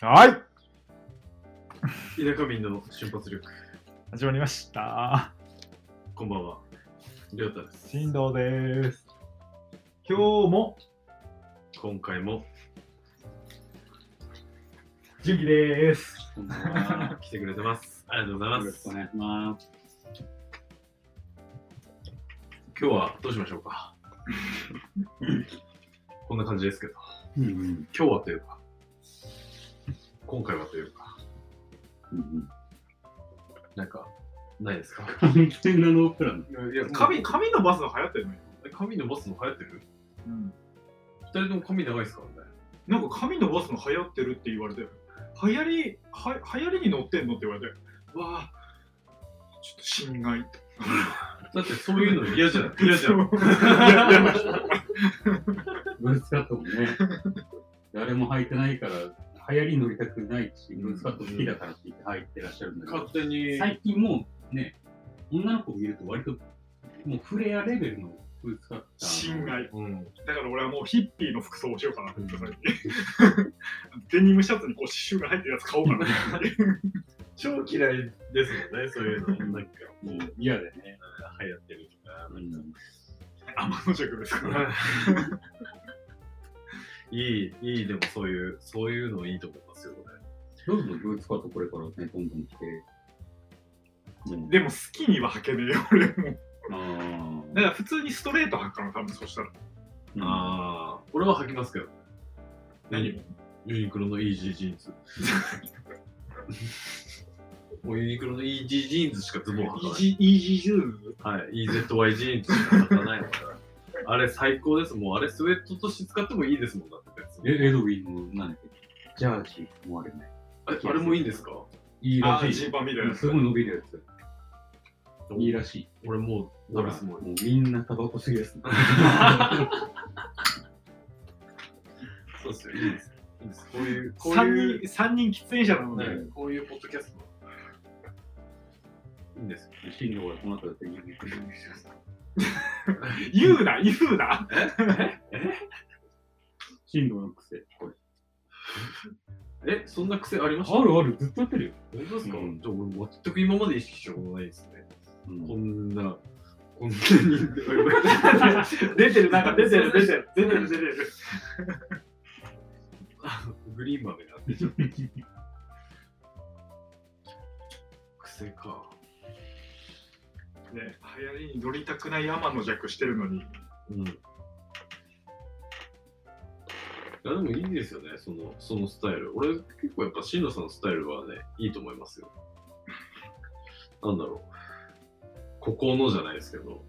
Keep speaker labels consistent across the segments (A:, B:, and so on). A: はい、
B: 田舎民の瞬発力、
A: 始まりました。
B: こんばんは。りょうたです。
A: 振動です。今日も
B: 今回 も、
A: 純喜です。
C: こんばん は。
B: 来てくれてます。ありがとうござい
C: よ
B: ま
C: ろしく
B: す
C: お。願いします。
B: 今日はどうしましょうかこんな感じですけど、
C: うんうん
B: 今日はというか、今回はというか、
C: うん
B: なんか、ないですか
C: 完全なノープラン。
B: いや、髪、髪伸ばすの流行ってるのよ。髪伸ばすの流行ってる
A: うん、
B: 二人とも髪長いですからね。
D: なんか髪伸ばすの流行ってるって言われてる。流行り、は流行りに乗ってんのって言われて、わあ、ちょっと心外って。
B: だってそういうの嫌じゃ ない嫌じゃ
D: い
B: ん。
D: やいや
C: ブーツカットも ね、誰も履いてないから、流行りに乗りたくないし、ブーツカット好きだからって言って入ってらっしゃるんだけど
B: 勝、手に。
C: 最近もうね、女の子見ると割と、もうフレアレベルのブーツカッター
D: 心
C: の。
D: 外。
B: うん。
D: だから俺はもうヒッピーの服装をしようかなって最近 デニムシャツにこう刺繍が入ってるやつ買おうかなって。
B: 超嫌いですもんね、そういうの。なんか、もう、
C: もう嫌だよね。
B: 流行ってるとか、なんか。
D: 天の尺ですから。
B: いい、いい、でもそういう、そういうのいいと思いますよ、これ。
C: どうぞブーツカットこれからね、どんどん来て。うん
D: でも好きには履けねえよ、俺も。
C: あー
D: だから普通にストレート履くから、多分そしたら。
C: うん
B: ああ、俺は履きますけど。
D: 何も
B: ユニクロのイージージー ンズ。もうユニクロのイージージーンズしかズボン
D: イ
B: 履
D: ー
B: か
D: ジーイージージューズ
B: ない。はい、EZY ジーンズしか履かないから。あれ最高です。もうあれスウェットとして使ってもいいですもんだって別に。
C: え、エドウィンの、なんだっけ、ジャージーもあるよね。
B: あれあれもいいんですか
C: いいら
D: あー
C: し
D: ジ
C: い。
D: ーパンみたいなやつ。
C: すごい伸びるやつ。いいらしい。
B: 俺もうダメですもん。
C: もうみんなタバコ吸いやす。
B: そうですよ、いいです。いいですこういう、こうい
D: 3。
B: う
D: 人、三人喫煙者なので、
B: ね、こういうポッドキャストいいんですよ。
C: 新庄がこの後だって言うね。
D: 言うな、言うな。
C: 新庄の癖。これ。
B: え、そんな癖ありました
C: あるある、ずっとやってるよ。
B: 本当ですか、
C: うん
B: じゃあ俺全く今まで意識したことないですね。
C: うん
B: こんな、こんなに。
D: 出てる、なんか出てる、出てる、出てる、出てる。
B: グリーン豆になってちゃった。癖か。
D: ね、流行りに乗りたくない天の弱してるのに、
B: うん。いやでもいいですよね、そのそのスタイル。俺、結構やっぱ、進路さんのスタイルはね、いいと思いますよ。なんだろう。ここのじゃないですけど。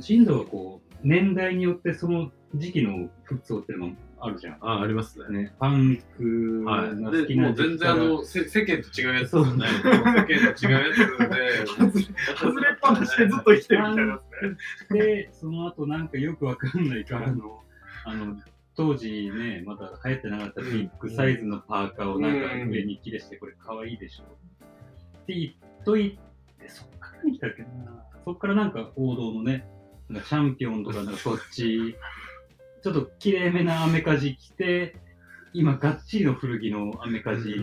C: 新庄はこう、年代によってその時期の服装っていうのもあるじゃん。
B: あ、ありますね。
C: ね、パンク
B: は
C: が
B: い。
C: 好
B: で、
C: き
B: も
C: な
B: う全然
C: 時期か
B: あ
C: ら
B: の、せ世間と違うやつですよね。世間と違うやつなんで、
D: 外れっぱなしでずっと生きてるみたいなや
C: で、その後なんかよくわかんないからの、あの、当時ね、まだ流行ってなかったビッグサイズのパーカーをなんか上に着れして、これ可愛いでしょ。って言っといて、そっから何来たっけな。そっからなんか王道のね、なんかチャンピオンとかなんかそっち、ちょっと綺麗めなアメカジ着て、今がっちりの古着のアメカジ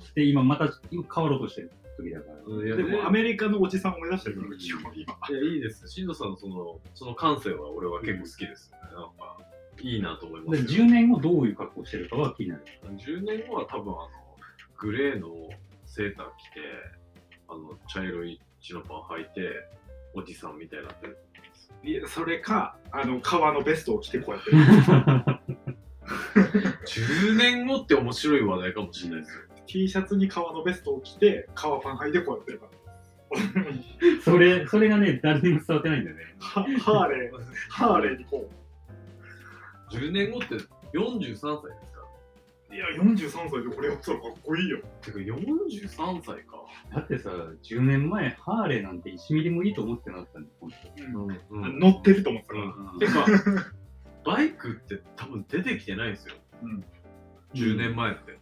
C: 着て、今また今変わろうとしてる時だから。
B: うん。いや
D: つね。でも、アメリカのおじさんを目指してるか
C: う
D: ら、
C: ん
D: 基本今。
B: いや、いいです。進藤さんのその、その感性は俺は結構好きですよね。なんか、いいなと思いま
C: です
B: よ。
C: 10年後どういう格好してるかは気になる。
B: 10年後は多分あのグレーのセーター着てあの茶色いチノパン履いておじさんみたいになってる
D: いや、それか、あの、革のベストを着てこうやって。
B: 10年後って面白い話題かもしれないですよ
D: T シャツに革のベストを着て、革パン履いてこうやってれば。
C: それ、それがね、誰にも伝わってないんだよね。
D: ハハーレー、ハーレーにこ
B: 10年後って43歳ですか
D: う。いや、43歳でこれやったらかっこいいよ。
B: てか43歳か
C: だってさ、10年前、ハーレーなんて1ミリもいいと思ってなかったんだよ、本
B: うん
D: 乗ってると思ってた
B: う
D: から。
B: ん
C: 当
B: て
C: に。
B: か バイクって多分出てきてないんですよ、
D: うん
B: 10年前って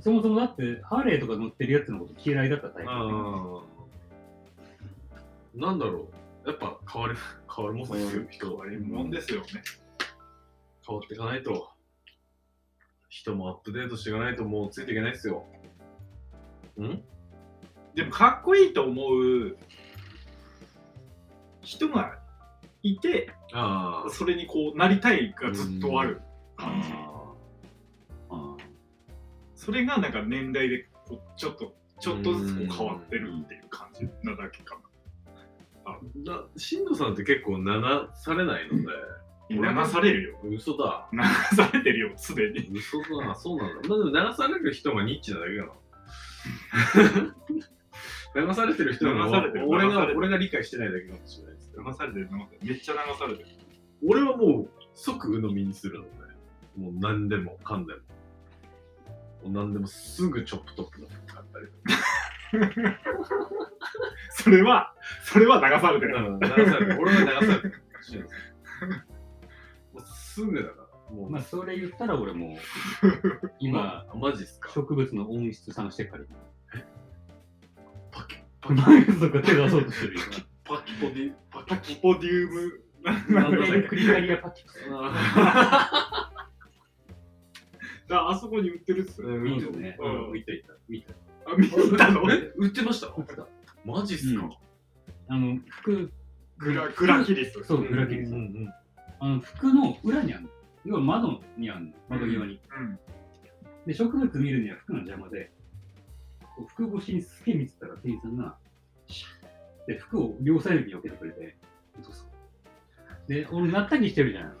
C: そもそもだって、ハーレーとか乗ってるやつのこと嫌いだったタイプだよね。
B: あーなんだろうやっぱ変わり変わるもんですよ人は
D: あれもんですよね。
B: 変わっていかないと人もアップデートしていかないともうついていけないですよ。ん
D: でもかっこいいと思う人がいて
B: あ
D: それにこうなりたいがずっとある
B: あ。
D: 感じ
C: あ
D: それがなんか年代でこうちょっとちょっとずつこう変わってるっていう感じなだけか
B: だ、しんどさんって結構流されないので、
D: な流されるよ
B: 嘘だ。
D: 流されてるよすでに
B: 嘘だ。そうなんだ。まあでも流される人がニッチなだけだ な。流されてる人が
D: 流されてる
B: 俺
D: 流さ
B: が
D: れてる
B: 俺が理解してないだけかもしれないですけど
D: 流されてる流されてるめっちゃ流されてる
B: 俺はもう即鵜呑みにするので、もう何でもかんでも。もう何でもすぐチョップトップの服買ったりとか。
D: それはそれは流されてる
B: うん流される。俺は流されてる。シンゴさんもうすぐだから。もう、
C: まあ、それ言ったら 俺もう、今、
B: あマジっすか。
C: 植物の温室探してっから、
B: パキ
C: 今。満足手出そうとしてる
B: パキポディ、パ
D: パ
B: キ
D: キポディウム
C: 今。
B: なんだっけ
C: クリカリアパキプス。
D: だあそこに売ってるっすね
B: うん
C: いいよね
B: うん見ていた。見た。
D: あ見たの
B: え売ってましたマジっすか、
C: うんあの、服、
D: グラグラキリス
C: そう、
B: うん
C: グラキリ
B: うん。
C: ス
B: うん
C: あの、服の裏にあるの。要は窓にあるの。窓際に。
D: うん
C: で、植物見るには服の邪魔で、こう服越しにすげえ見てたら店員さんが、シャッで、服を両サイドに避けてくれて、そうそうで、俺、なったりしてるじゃん。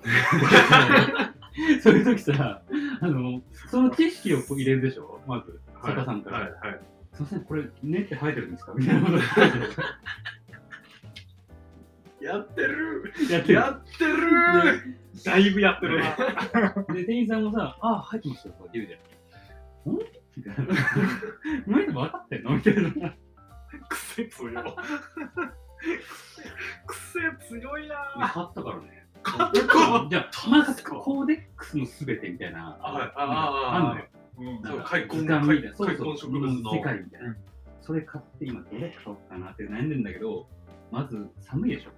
C: そういう時さ、あの、その知識をこう入れるでしょ、まず、坂さんから。
B: はいはい。
C: すいません、これ、根って生えてるんですかみたいなこと
B: やってる
C: やってる。
B: やってる
D: だいぶや ってるな
C: で、店員さんもさ、あ、入ってますよ、とか言うじゃん。んみたいな。 何で分かってんのみたいな。
D: くせ強い。くせ強いな。
C: 買ったからね。
D: かっこ
C: じゃあ、まずコーデックスのすべてみたいな。
B: はいあ
C: あんのよ。
D: うん
B: そう開墾
C: 図鑑みたいな。そう
B: 開
C: そ
B: 墾
C: う、
B: 植物の
C: 世界みたいうな。それ買って今、どれ買おうかなって悩んでんだけど、まず寒いでしょ。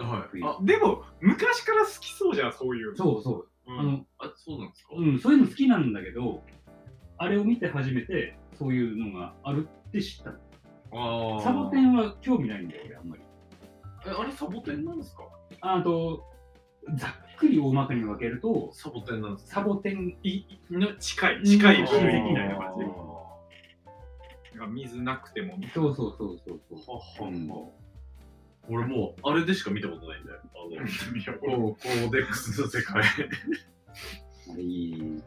B: はい。あ、
D: あでも昔から好きそうじゃんそういうの。
C: そうそう。
D: うん
C: あの、
B: あそうなんですか、
C: うん、そういうの好きなんだけど、あれを見て初めて、そういうのがあるって知った。
B: ああ。
C: サボテンは興味ないんだよ、俺、あんまり。
B: え、あれサボテンなんですか
C: あと、ざっくり大まかに分けると、
B: サボテンなんです
C: サボテン
D: いの近い近い
C: うん
D: 雰囲
C: 親戚
D: 気
C: み
D: な
C: た
D: よ
C: いな
D: うな感
C: じ
D: じ。なんか水なくても
C: そうそうそうそうそう。
B: はは
C: うん
B: は。俺もう、あれでしか見たことないんだよ。あの、
D: 水見よう好
B: コーコーデックスの世界。
C: いい。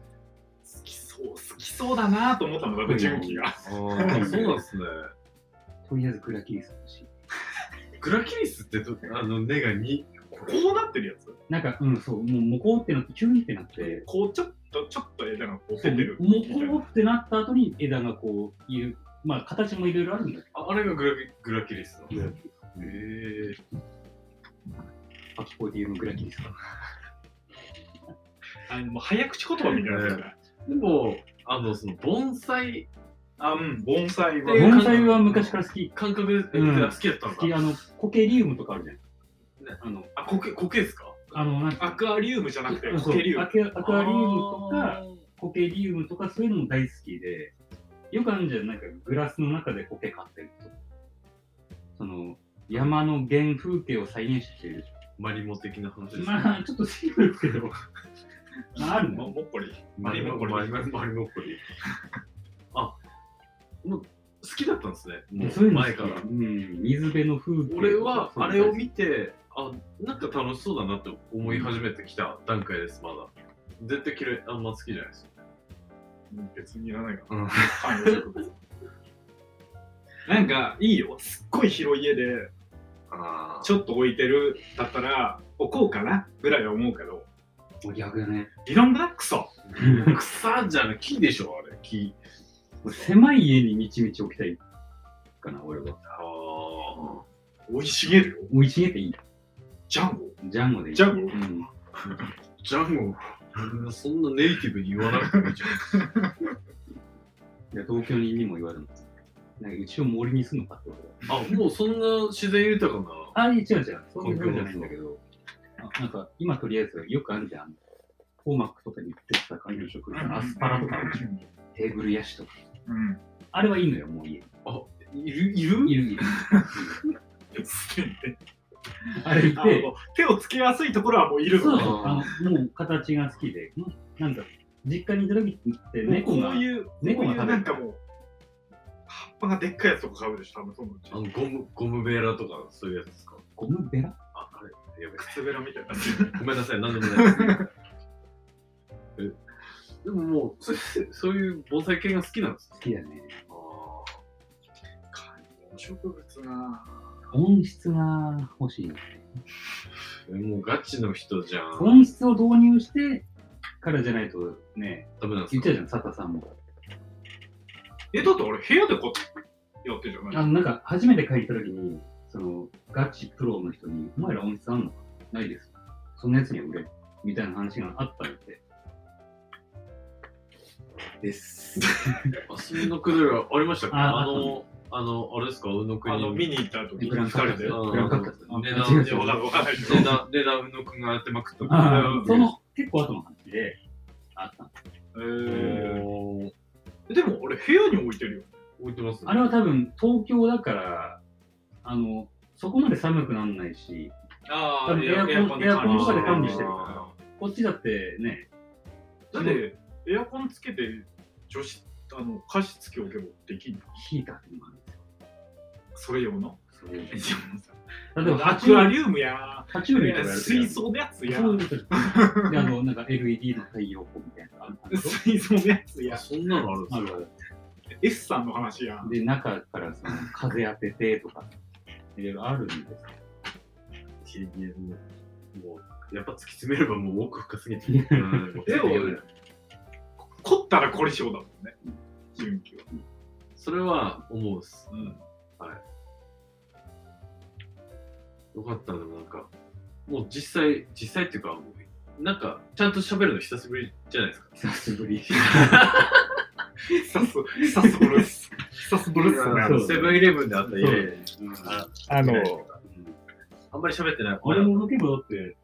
D: きそう好きそうだなと思ったのだって純喜が。
B: ああ、そうなんですね。
C: とりあえずグラキリス欲しい。
B: グラキリスってど、あの、根がに、
D: こうなってるやつ。
C: なんか、うん、そう、もう、もこうってなって、キュンってなって、
D: こうちょっとちょっと枝がこう出てる
C: もこうってなった後に枝がこう、いる、まあ、形もいろいろあるんだけ
B: ああれがグラキグラキリスなん
C: ど、
B: だ。
C: グ
B: へ
C: ラキリス。
B: え。
C: パキポディウムグラキリスか。
D: あのもう早口言葉みたいなやつだ。
B: でも、あの、その、盆栽
D: あうん盆栽
B: え
D: は。
C: 盆栽は昔から好き。
B: 感覚で、
C: うん
B: 好きだった
C: 好
B: ん
C: き、
B: だ。
C: あの、コケリウムとかあるじゃ
B: ね
C: ん。あの、
B: あ、コケ、コケですか
C: あの、なんか、
D: アクアリウムじゃなくて
C: そう
D: コケリウム
C: ア。クアクアリウムとか、
B: あー、
C: コケリウムとかそういうのも大好きで、よくあるじゃん、なんかグラスの中でコケ飼ってると。その、山の原風景を再現している。
B: マリモ的な話ですね。
C: まあ、ちょっとシンプルですけど、まあ、ある
D: も
C: の。
D: もっこり。
B: マリモコリ。マリモコリ。 あ、もう好きだったんですね。も
C: そういううの好
B: 前
C: き
B: から。
C: うん、水辺の風景。
B: 俺はあれを見て、あ、なんか楽しそうだなって思い始めてきた段階です、まだ。絶対嫌い、あんま好きじゃないです。
D: 別にいらないか
B: うん
D: な。観葉植物 なんかいいよ。すっごい広い家で
B: あ
D: ちょっと置いてるだったら置こうかなぐらいは思うけど。
C: もう逆だね。
D: 理論だクソ。
B: ょ草じゃない、木でしょ、あれ、木。
C: もう狭い家にみちみち置きたいかな、俺は。
B: ああ。
D: 生い茂るよ。
C: もう一家でいい。
D: ジャンゴ。
C: ジャンゴでいい。
D: ジャン
C: う
D: ゴ
C: ん。
B: ジャンゴ、 そんなネイティブに言わなくてもいいじゃん。
C: いや東京にも言われるなんかうちを森にすんのかってこと
B: あ、もうそんな自然豊かな。
C: あ、いや違う違う。そういうことじゃないんだけど、あなんか、今とりあえずよくあるじゃん。コーマックとかに売ってた観葉植
D: うん
C: 物、アスパラとかあるでしょ。テーブルヤシとか。
D: うん。
C: あれはいいのよ、もう家に。
B: いるいる
C: いるいる。
D: すでにね
C: あれいて、
D: あの手をつけやすいところはもういる
C: そ
D: の
C: う
D: ね。
C: そうあのもう形が好きで、んなんだ、実家にいた時って猫
D: こ
C: が
D: う、いう、
C: 猫
D: こうい
C: が
D: う
C: 食べ
D: なん
C: る
D: かもう、葉っぱがでっかいやつとか買うでしょ、多分そのうち
B: あ。のゴムゴムベラとかそういうやつですか
C: ゴムベラ
B: ああれやべ
D: 靴べらみたいなやつ。
B: ごめんなさい何でもないです えでももうそそういう盆栽系が好きなんですね
C: 好きだね。
B: あ
D: 植物な
C: 音質が欲しいよね。
B: ーえもうガチの人じゃん
C: 音質を導入してからじゃないとね、
B: ダメなんです
C: 言っ
B: か
C: てたじゃん、佐田さんも。
D: え、だって俺部屋でこうやってんじゃ
C: あ
D: ない
C: の、なんか、初めて帰った時に、その、ガチプロの人に、お前ら音質あんのかないです。そんなやつには売れ。みたいな話があったんで。です。
B: あそんなくだりはありましたっけ
C: あ
B: あのあのあれですかうの国
D: あの、見に行った時に
C: ブラ
D: 二
C: ンカ
D: 人
C: ッ
D: で。
B: あ
D: い
B: ー
C: ブランカッタ
B: 値
C: ス。あ
B: 段
C: 違う違う
D: や、わかるわかんないけど
B: 値。段値段うのくんがやってまくった
C: ああ、その、結構後の話で、あったの
D: えー
B: おー
D: でも俺部屋に置いてるよ。
B: 置いてますね
C: あれは多分、東京だから、あの、そこまで寒くならないし、
D: あ
C: ーエアコン
D: で管理
C: エアコンとかで管理してる
B: あ
C: こっちだってね、
D: だって、エアコンつけて、除湿、あの、加湿器置けばできんの
C: ヒーターっていうのもあるんですよ
D: それ用の。
C: それを
D: え、じゃあさ
C: 例えば、
D: ア
C: 爬虫
D: クア
C: 類
D: リウムや
C: 爬虫類とかやるときある
D: 水槽のやつや
C: そういうこ とで、あの、なんか LED の太陽光みたいなのがあるんでしょ
D: 水槽のやつや
B: そんなのあるんです
C: あ
B: よ
C: る
D: S さんの話や
C: あるで、中からその風当ててとか、いろいろあるんですよ。
B: いやいやもうもうやっぱ突き詰めればもう奥深すぎて。 うんもう
D: でも凝ったら凝り性だもんね純喜は
B: それは思うっす。
D: うん
B: よかったのなんか、もう実際、実際っていうか、もうなんか、ちゃんと喋るの久しぶりじゃないですか。
C: 久しぶ り。
D: サスサスブルースサスブルース
C: だ
D: ね
C: ね
B: セブンイレブンであった以来、
C: うん
B: あ
A: あの、
B: あんまり喋ってない。
C: 俺も結構だって、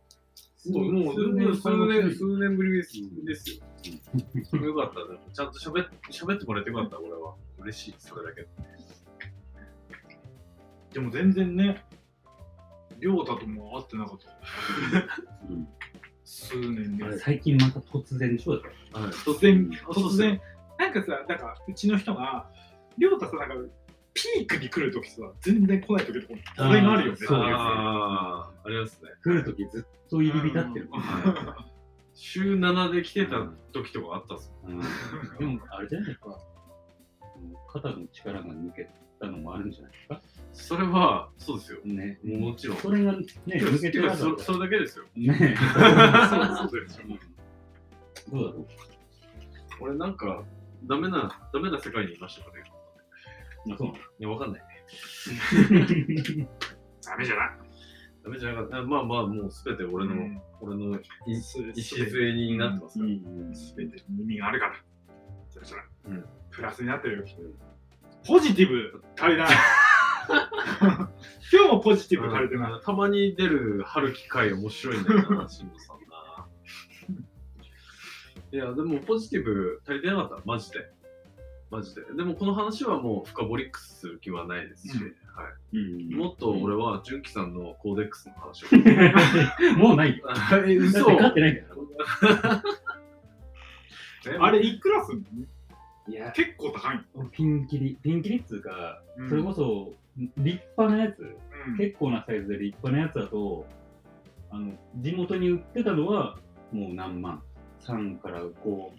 C: す
B: も
C: ごいう
B: もう数年数年数年ぶりです
C: うん
B: ですよ。よかったね。ちゃんと喋っ喋ってもらえてよかった、俺は。嬉しい、それだけ。
D: でも全然ね亮太とも会ってなかった
C: うん
D: 数年で
C: 最近また突然でしょだって
B: はい
D: 突然
B: あそうっ
D: 突
B: す
D: 然
B: ね
D: なんかさなんかうちの人が亮太さなんかピークに来るときさ全然来ないときとかこれがあるよね
C: あーそう
B: ああ、ありますね。
C: 来るときずっと入り浸ってる。
B: 週7で来てた時とかあったっす
C: うんでも、あれじゃないですか。肩の力が抜けたのもあるんじゃないですか。
B: それは、そうですよ。
C: ね。
B: もちろん。
C: それがね、抜けてなかった
B: そそれだけですよ。
C: ね。
B: そうそうですよ
C: どうだろう。
B: 俺なんか、ダメな、ダメな世界にいましたからね。
C: まあそう
B: いや、わかんない。
D: ダメじゃない
B: ダメじゃなかった。まあまあ、もうすべて俺の、
D: うん
B: 俺の
D: すべ
B: 礎になってます
C: な
B: から。
C: んです
D: すべてに耳があるから。そしたら、
B: うん
D: プラスになってるよ。ポジティブ足り ない。今日もポジティブ足りてない。
B: たまに出る春樹会面白いんだよな、慎吾さんな。 いや、でもポジティブ足りてなかった、マジで。マジで。でもこの話はもう深掘りする気はないですし、
D: うん
B: は
C: うん
B: い、もっと俺は純喜さんのコーデックスの話を。
C: もうないよ。
B: え、
C: だっ
B: 嘘
C: て勝ってないんだから。
D: あれ、いくらすんの
C: いや、
D: 結構高いの。
C: ピンキリ、ピンキリっつうか、
D: うん
C: それこそ立派なやつ、
D: うん
C: 結構なサイズで立派なやつだと、あの地元に売ってたのはもう何万、3から5、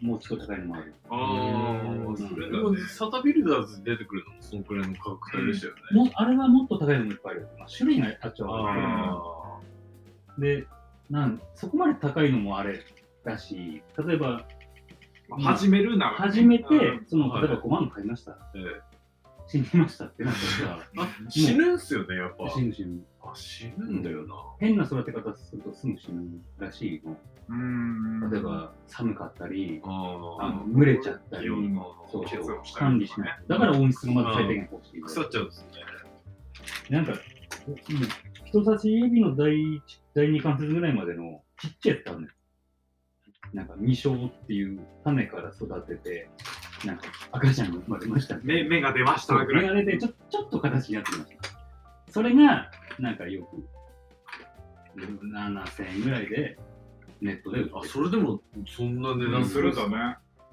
C: もうちょっと高いのもある。
B: ああ、それでもサタビルダーズで出てくるのもそのくらいの価格帯でしたよね。
C: もうあれはもっと高いのもいっぱいある。まあ、種類があっちゃうから
B: あ
C: でなん、そこまで高いのもあれだし、例えば
D: まあ始めるなら。
C: 初めて
D: うん、
C: その
B: はい
C: 例えば5万買いました、
B: あ、ええ
C: 死にましたってなった ら、
B: あ死ぬんすよね、やっぱ。
C: 死ぬ死ぬ。
B: あ死ぬんだよな。
C: 変な育て方するとすぐ死ぬらしいの。
D: うん
C: 例え、ば寒かったり、あ
B: あ
C: の蒸れちゃったり
D: 気、温の
C: そう
D: 季節をした
C: 管
D: り
C: 理
D: と
C: し
D: か
C: な
D: ね
C: い。だから温室がまず最低限欲しい
B: あ、。腐っちゃうんですね。
C: なんか、うん人差し指の第一、第二関節ぐらいまでのちっちゃいやつってあるのよ。なんか未生っていう種から育てて、なんか赤ちゃんが生まれましたね。
D: 目目が出ましたぐらい。
C: メガネでちょちょっと形になってました。それが、なんかよく、7000円ぐらいでネットで売って
B: あ、
C: る
B: それでもそんな値
D: う
B: 段
D: んするんだ
B: ね。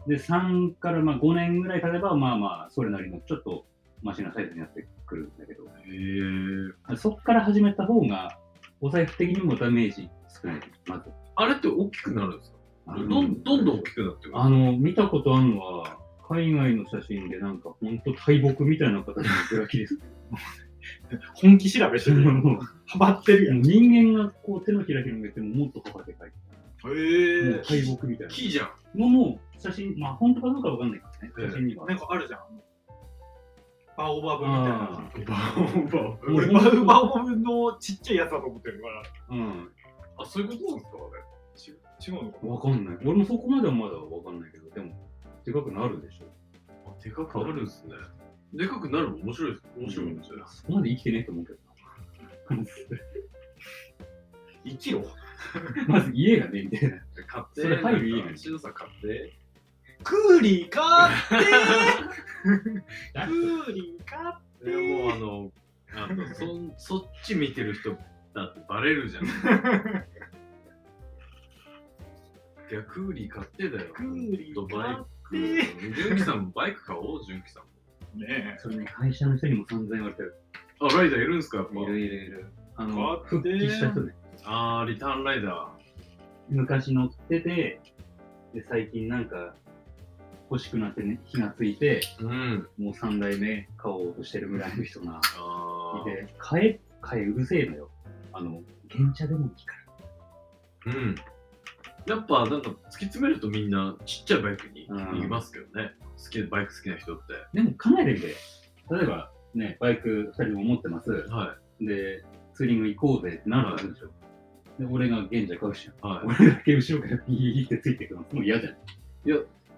D: ね。
C: で、3からまあ5年ぐらい経てば、まあまあ、それなりのちょっとマシなサイズになってくるんだけど、
B: へえ。
C: そっから始めた方が、お財布的にもダメージ少ない。まず。
B: あれって大きくなるんですかどんどんどん大きくなってくる。
C: あの、見たことあるのは、海外の写真でなんか、ほんと大木みたいな形のグラキですね。
D: 本気調べ してるよ。
C: も
D: ハマってる
C: う人間がこう手のひら広げてももっと幅でかい。
D: やん。
C: も
D: へ
C: う大木みたい
B: 木じゃん。
C: なのも写真、まあ本当かどうかわかんないけどね、写真には。
D: なんかあるじゃん。バオバブみたいな。
C: ー
D: 俺、バオバブのちっちゃいやつだと思ってるから。
C: うん。
B: あ、そういうことなんですかあれ。
D: ち違うのかな
C: わかんない。俺もそこまではまだわかんないけど、でも、でかくなるでしょ。
B: あでかくなるんですね。でかくなるも面白いです。面白いんですよ。
C: そこまで生きてねえと思うけどな。
D: 生きろ。
C: まず家がね、みたいな。
B: 買って、
C: それ入る家なんです
B: シノさん買って。
D: クーリー買 ってークーリー買っ
B: いやもうあの、あのそ んそっち見てる人だってバレるじゃん。いや、クーリー買ってだよ。
D: クーリー買
B: バイ
D: っ
B: ク。純喜さんもバイク買おう、純喜さん
D: てね
C: それね、会社の人にも散々言われてる。
B: も。あ、ライダーいるんですかやっぱ。
C: いるいるいる。あの、
D: 買って
C: 復帰した人ね。
B: あー、リターンライダ
C: 昔乗ってて、で、最近なんか、欲しくなってね、火がついて、
B: ー。うん。
C: もう3代目買おうとしてるぐらいの人が
B: あ
C: いて、買え、買えうるせえのよ。あの、原茶でもいいから。
B: ー。うん。やっぱなんか突き詰めるとみんなちっちゃいバイクに
C: うん
B: 行きますけどね。好きバイク好きな人って。
C: でも考えてみて、例えばね、バイク2人とも持ってます。
B: は
C: で、ツーリング行こうぜってなるわけでしょ。で、俺が原茶買うじゃん。
B: い。はい。
C: 俺だけ後ろからピーってついてくるの、もう嫌じゃ
B: あ
C: ん。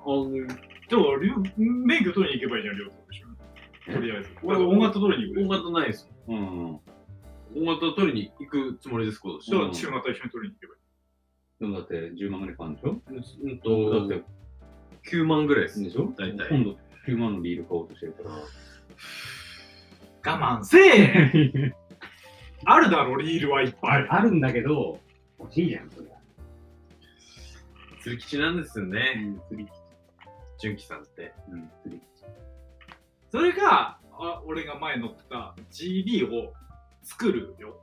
B: の、
D: でも、りょ免許取りに行けばいいじゃん、りょうと一緒にとりあえず。
B: 俺
D: 俺、音楽取りに行
B: 大
D: くで
B: 型ないです
C: う
B: も
C: ん。
B: ん。大型取りに行くつもりです、今
D: し
B: 年
D: ょ。
B: は。
D: じゃあ、中型一緒に取りに行けばい
C: でもだって10万ぐらい買うんでしょ
B: うんうん
C: だっ
B: と、
C: て
B: 9万ぐらいです。
C: でしょ
B: 大体
C: 今度9万のビール買おうとしてるから。
D: い。我慢せえ あるだろ、リールはいっぱい。
C: あるんだけど、欲しいじゃん、それは。
B: 釣り吉なんですよね、
C: 釣り、
B: 純喜さんって。
C: うん、釣り。
D: それが、あ俺が前乗ってた GB を作るよ。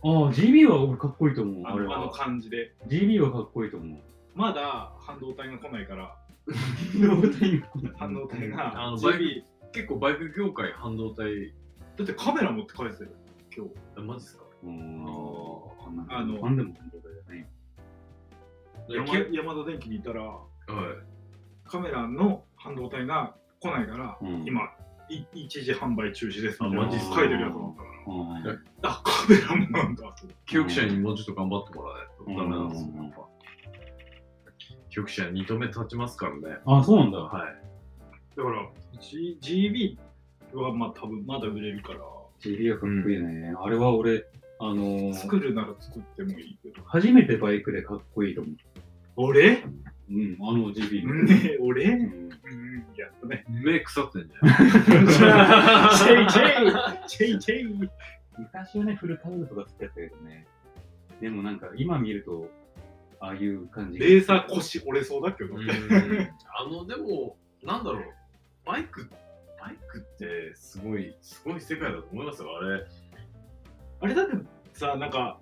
C: ああ、GB は俺かっこいいと思う、
D: あ
C: あれ
D: のあの
C: は。
D: 感じで。
C: GB はかっこいいと思う。
D: まだ半導体が来ないから、半導体
B: あ
D: が
B: の
D: GB。
B: 結構バイク業界半導体、
D: だってカメラ持って帰ってたよ、今日。
B: あマジですか
C: うん
D: あの
C: ファンでも半導体だね。
D: 山
B: いや
D: 山田電機にいたら、
B: はい。
D: カメラの半導体が来ないから、
C: うん
D: 今、い一時販売中止ですみたい
B: あ
D: な
B: マジっすか
D: 書いてるやつだったから。
C: うん
D: あ、カメラもなんだと思って。
B: 記憶者にもうちょっと頑張ってもらわないとダメなんですよ、
C: うん
B: やっぱ。記憶者2度目立ちますからね。
C: あ、そうなんだ。
B: はい。
D: だから、G、GB はまあ多分まだ売れるから、
C: GB はかっこいいね。あれは俺、あのー、
D: 作るなら作ってもいいけど。
C: 初めてバイクでかっこいいと思う。
D: 俺
C: うん、あの GB の。
D: ね俺う、
C: うんん
D: やった ね。
B: 目腐ってんじ
D: チェ
B: ゃ
D: イ
B: ん。
D: チェイチェイチェイ
C: 昔はね、フルカウントが好きだったけどね。でもなんか、今見ると、ああいう感じ。
D: レーサー腰折れそうだけど。
B: うん あの、でも、なんだろう、バイク、バイクってすごい、すごい世界だと思いますよ、あれ。
D: あれだってさ、なんか、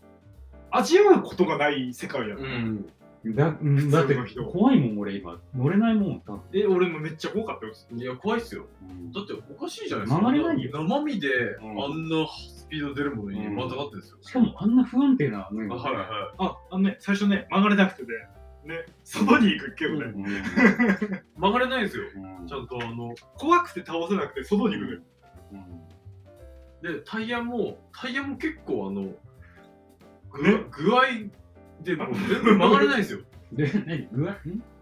D: 味わうことがない世界やん。
B: ん。
C: だうんだって
D: 普通の人
C: 怖いもん、俺今。乗れないもん、多分。
D: え、俺もめっちゃ怖かったよ。
B: いや、怖いっすよ。
C: うん
B: だっておかしいじゃない
C: 曲がれないよ
B: 生身で
C: ん
B: あんなスピード出るものにまたがってんですよ。
C: しかもあんな不安定な面
B: はいは
D: あ、あのね、最初ね、曲がれなくてね、ね、そばに行くけどね、
B: う
C: うん
B: い。曲がれないんですよ。
C: うん
B: ちゃんとあの、
D: 怖くて倒せなくて、そばに行くのよ。
C: うん
B: で、タイヤも、タイヤも結構あの、ぐ具合でもう全部曲がれないん ですよ。
C: で、何具合ん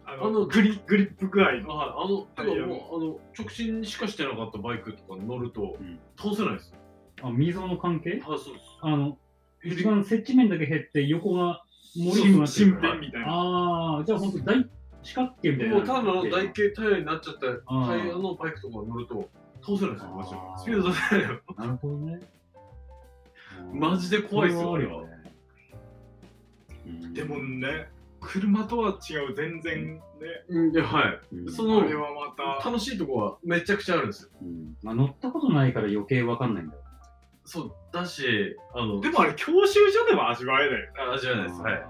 D: あ
B: あの
D: の、グリグリップ具合の。
B: はい、あの、だか
D: タイ
B: ら
D: ヤ
B: もう、あの、直進しかしてなかったバイクとか乗ると
C: うん、
B: 倒せないですよ。
C: あ、溝の関係
B: はい、そうです。
C: あの、
B: ヘリ
C: 一番接地面だけ減って、横が盛りよく
D: 新
C: な
D: 新
C: ってるから
D: 編みたいな。
C: ああ、じゃあ本当大四角形みたいな。
B: もうただの台形タイヤになっちゃった
C: うん
B: タイヤのバイクとか乗ると倒せないですよ、マジで
C: あー
B: スピード出せないよ。
C: なるほどね。
B: マジで怖いっすよ
C: それはあるよねうん
D: でもね、車とは違う、全然ね、
B: うん、で、はい。
C: うん
B: そ
D: あ
B: の
D: れはまた、
B: 楽しいとこはめちゃくちゃあるんですよ。
C: うんまあ、乗ったことないから余計わかんないんだよ。
B: そう、だし、あの、
D: でもあれ、教習所では味わえないよね。
B: あ、じゃないです。はい。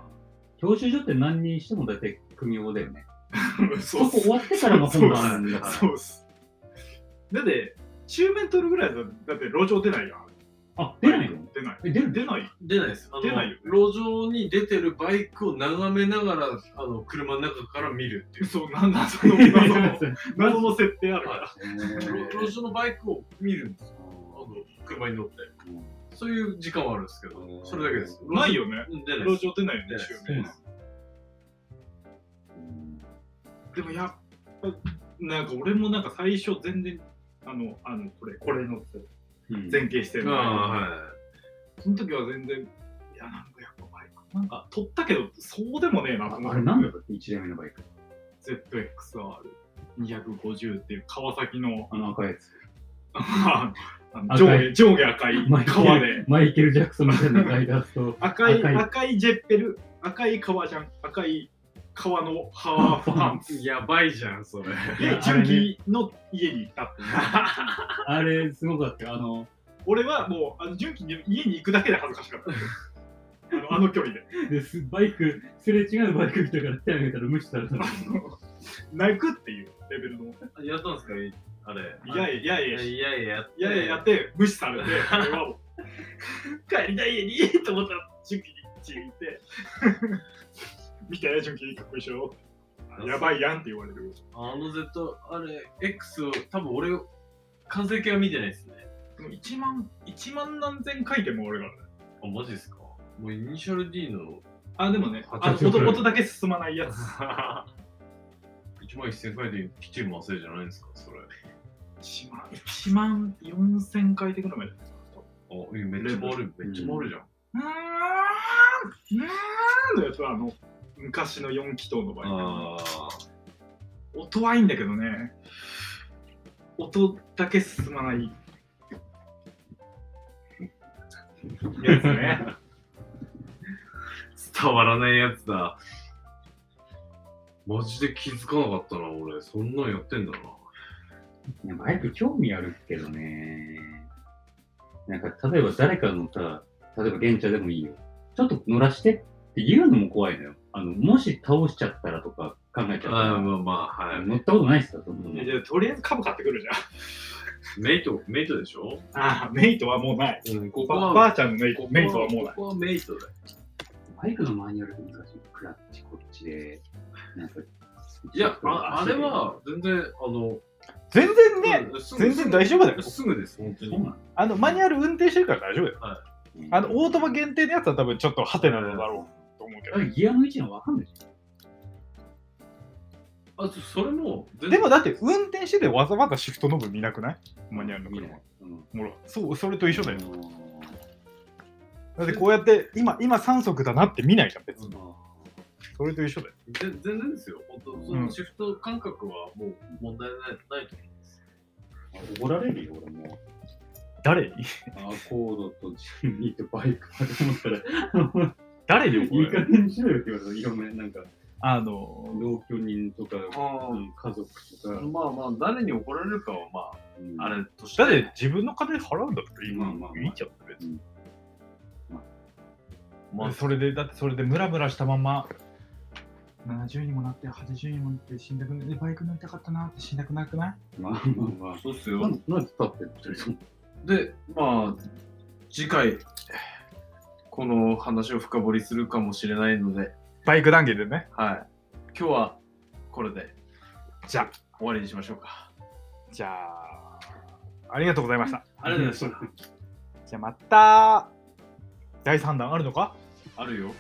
C: 教習所って何にしても大体組用だよね。
D: そ
C: そ
D: う
C: こ
D: っす
C: 終わってからが本番なんだから。
D: そうっす。だって、10メートルぐらいだとだって路上出ないよ。
C: あ、出ないの
D: 出ない。
C: え、出る
D: 出ない。
B: 出ないです。あの
D: 出ないよね
B: 路上に出てるバイクを眺めながら、あの、車の中から見るっていう。
D: そう、なんだ、その
C: 出
D: 謎
C: な
D: の
C: い、の
D: 謎の設定あるから。
B: 路路上のバイクを見るんですよ。あの、車に乗って。そういう時間はあるんですけど、それだけです。
D: ないよね。
B: 路上。うん出ないで
D: 路
B: す。
D: 上出ないよね、10
B: 出な
D: メー
B: いで
D: ト
B: す。
D: ル。でもやっぱ、なんか俺もなんか最初全然、あの、あの、これ、これのって前傾してる
B: あ
D: の
B: あ、はい。
D: その時は全然、いや、なんかやっぱバイク、なんか取ったけど、そうでもねえなと思
C: あ
D: っ
C: あ
D: て。
C: れなんだろう ?1 台目のバイク。
D: ZXR250 っていう川崎 の
C: あの赤いやつ。
D: あの上
C: 赤い
D: 下上下赤い
C: マイケ
D: 川
C: ル
D: で。
C: マイケル・ジャクソンみたいなライダースと
D: 赤い
C: 赤
D: 赤
C: い
D: いジェッペル赤い川じゃん赤い川のハーフパンツ
B: やばいじゃん、それ。
C: い
D: で
C: やあ
D: 純
C: れね
D: 喜の家に行ったっていう
C: あれ、すごかったよ。あの、
D: 俺はもうあの純喜の家に行くだけで恥ずかしかったあのあの距離で
C: ですバイク、すれ違うバイク来たから手挙げたら無視されたの。
D: 泣くっていうレベルの
B: やったんですかあれ。
D: いやいやいやい
B: いやいや、
D: やいややって無視さ れて俺はもう帰りたい家にと思ったら純喜に家に行って見て純喜かっこいいでしょやばいやんって言われる。
B: あの Z、あれ、X を、多分俺、完成形は見てないですね。
D: でも1万、一万何千回転も俺らね。
B: あ、マジですかもうイニシャル D の
D: あ、でもね、
B: あ
D: あの
B: ちょっと
D: 音音だけ進まないやつ。
B: 1万1000回できっちり回せるじゃないですか、それ。
D: 1万、一万4千回転ぐらいまで。
B: あ、いやめっちゃ回る、めっちゃ回るじ
D: うー
B: ゃん。
D: ん、うーんのやつはあの、昔の4気筒の場合。
B: ああ。
D: 音はいいんだけどね、音だけ進まない。やつね。
B: 伝わらないやつだ。マジで気づかなかったな、俺。そんなんやってんだな。
C: いやバイク興味あるけどね。なんか、例えば誰かのさ、例えば現茶でもいいよ。ちょっと乗らしてって言うのも怖いのよ。あの、もし倒しちゃったらとか考えちゃう
B: ああ、
C: か
B: まあまあ、
C: ら。
B: はい。
C: 乗ったことないっすか、そもそも
D: じゃあ、とりあえず株買ってくるじ
B: メイト、メイトでしょ
D: ゃん。ああ、メイトはもうない。
B: うん、こ
D: ばばあちゃんのメイトメイトはもうない
B: こ。こはメイトだよ。
C: バイクのマニュアルって難しい。クラッチこっちで、なんか、
B: いや、ああれ、は全然、あの、
A: 全然ね、
B: うんすぐ
A: 全然大丈夫だよ。
B: すぐです、本当
C: そう
B: に
C: な。の
A: あの、マニュアル運転してるから大丈夫だよ。あの、オートマ
C: ー
A: 限定のやつは多分ちょっとハテナのだろうと思うけ
C: あれギアの位置がわかんないでしょ
B: あ、そそれも、
A: ど。
B: 全
A: で
B: 然
A: もだって、運転しててわざわざシフトノブ見なくないマニュアルの
C: 見な
A: 車
C: い。。うん
A: もろそう、それと一緒だよ。
C: うん
A: だってこうやって、今、今3速だなって見ないじゃん、別に。それと一緒だよ。
B: ぜ全然ですよ。本当、そうの
A: ん
B: シフト感覚はもう問題ない,、ないと思います。
C: 怒られるよ、俺も。
A: 誰に
C: アコードとジムニーとバイクまで持ったらあの、
A: 誰に怒
C: い
A: られ
C: い加
A: る
C: 減にしろよって言われた。いろんな、なんか、
A: あの、
C: 同居人とか、
B: あ
C: うん家族とか、
B: まあまあ、誰に怒られるかは、ま
C: うん
B: あ、あれとして。
A: だって自分の金払うんだって今、
C: まあまあまあ
A: いいじゃん、別に。
B: まあ、
A: それで、だってそれでムラムラしたまま、70にもなって、80にもなって、死んだくなでバイク乗りたかったなって死んだくなくない
C: まあまあまあ。
B: そうっす
C: な
B: よ。
C: んなんで立ってんの二人とも
B: で、まあ、次回、この話を深掘りするかもしれないので、
A: バイク談義でね。
B: はい。今日はこれで
A: じゃあ、
B: 終わりにしましょうか。
A: じゃあ、ありがとうございました。
B: ありがとうございまし
A: じゃあまた、第3弾あるのか
B: た。あるよ。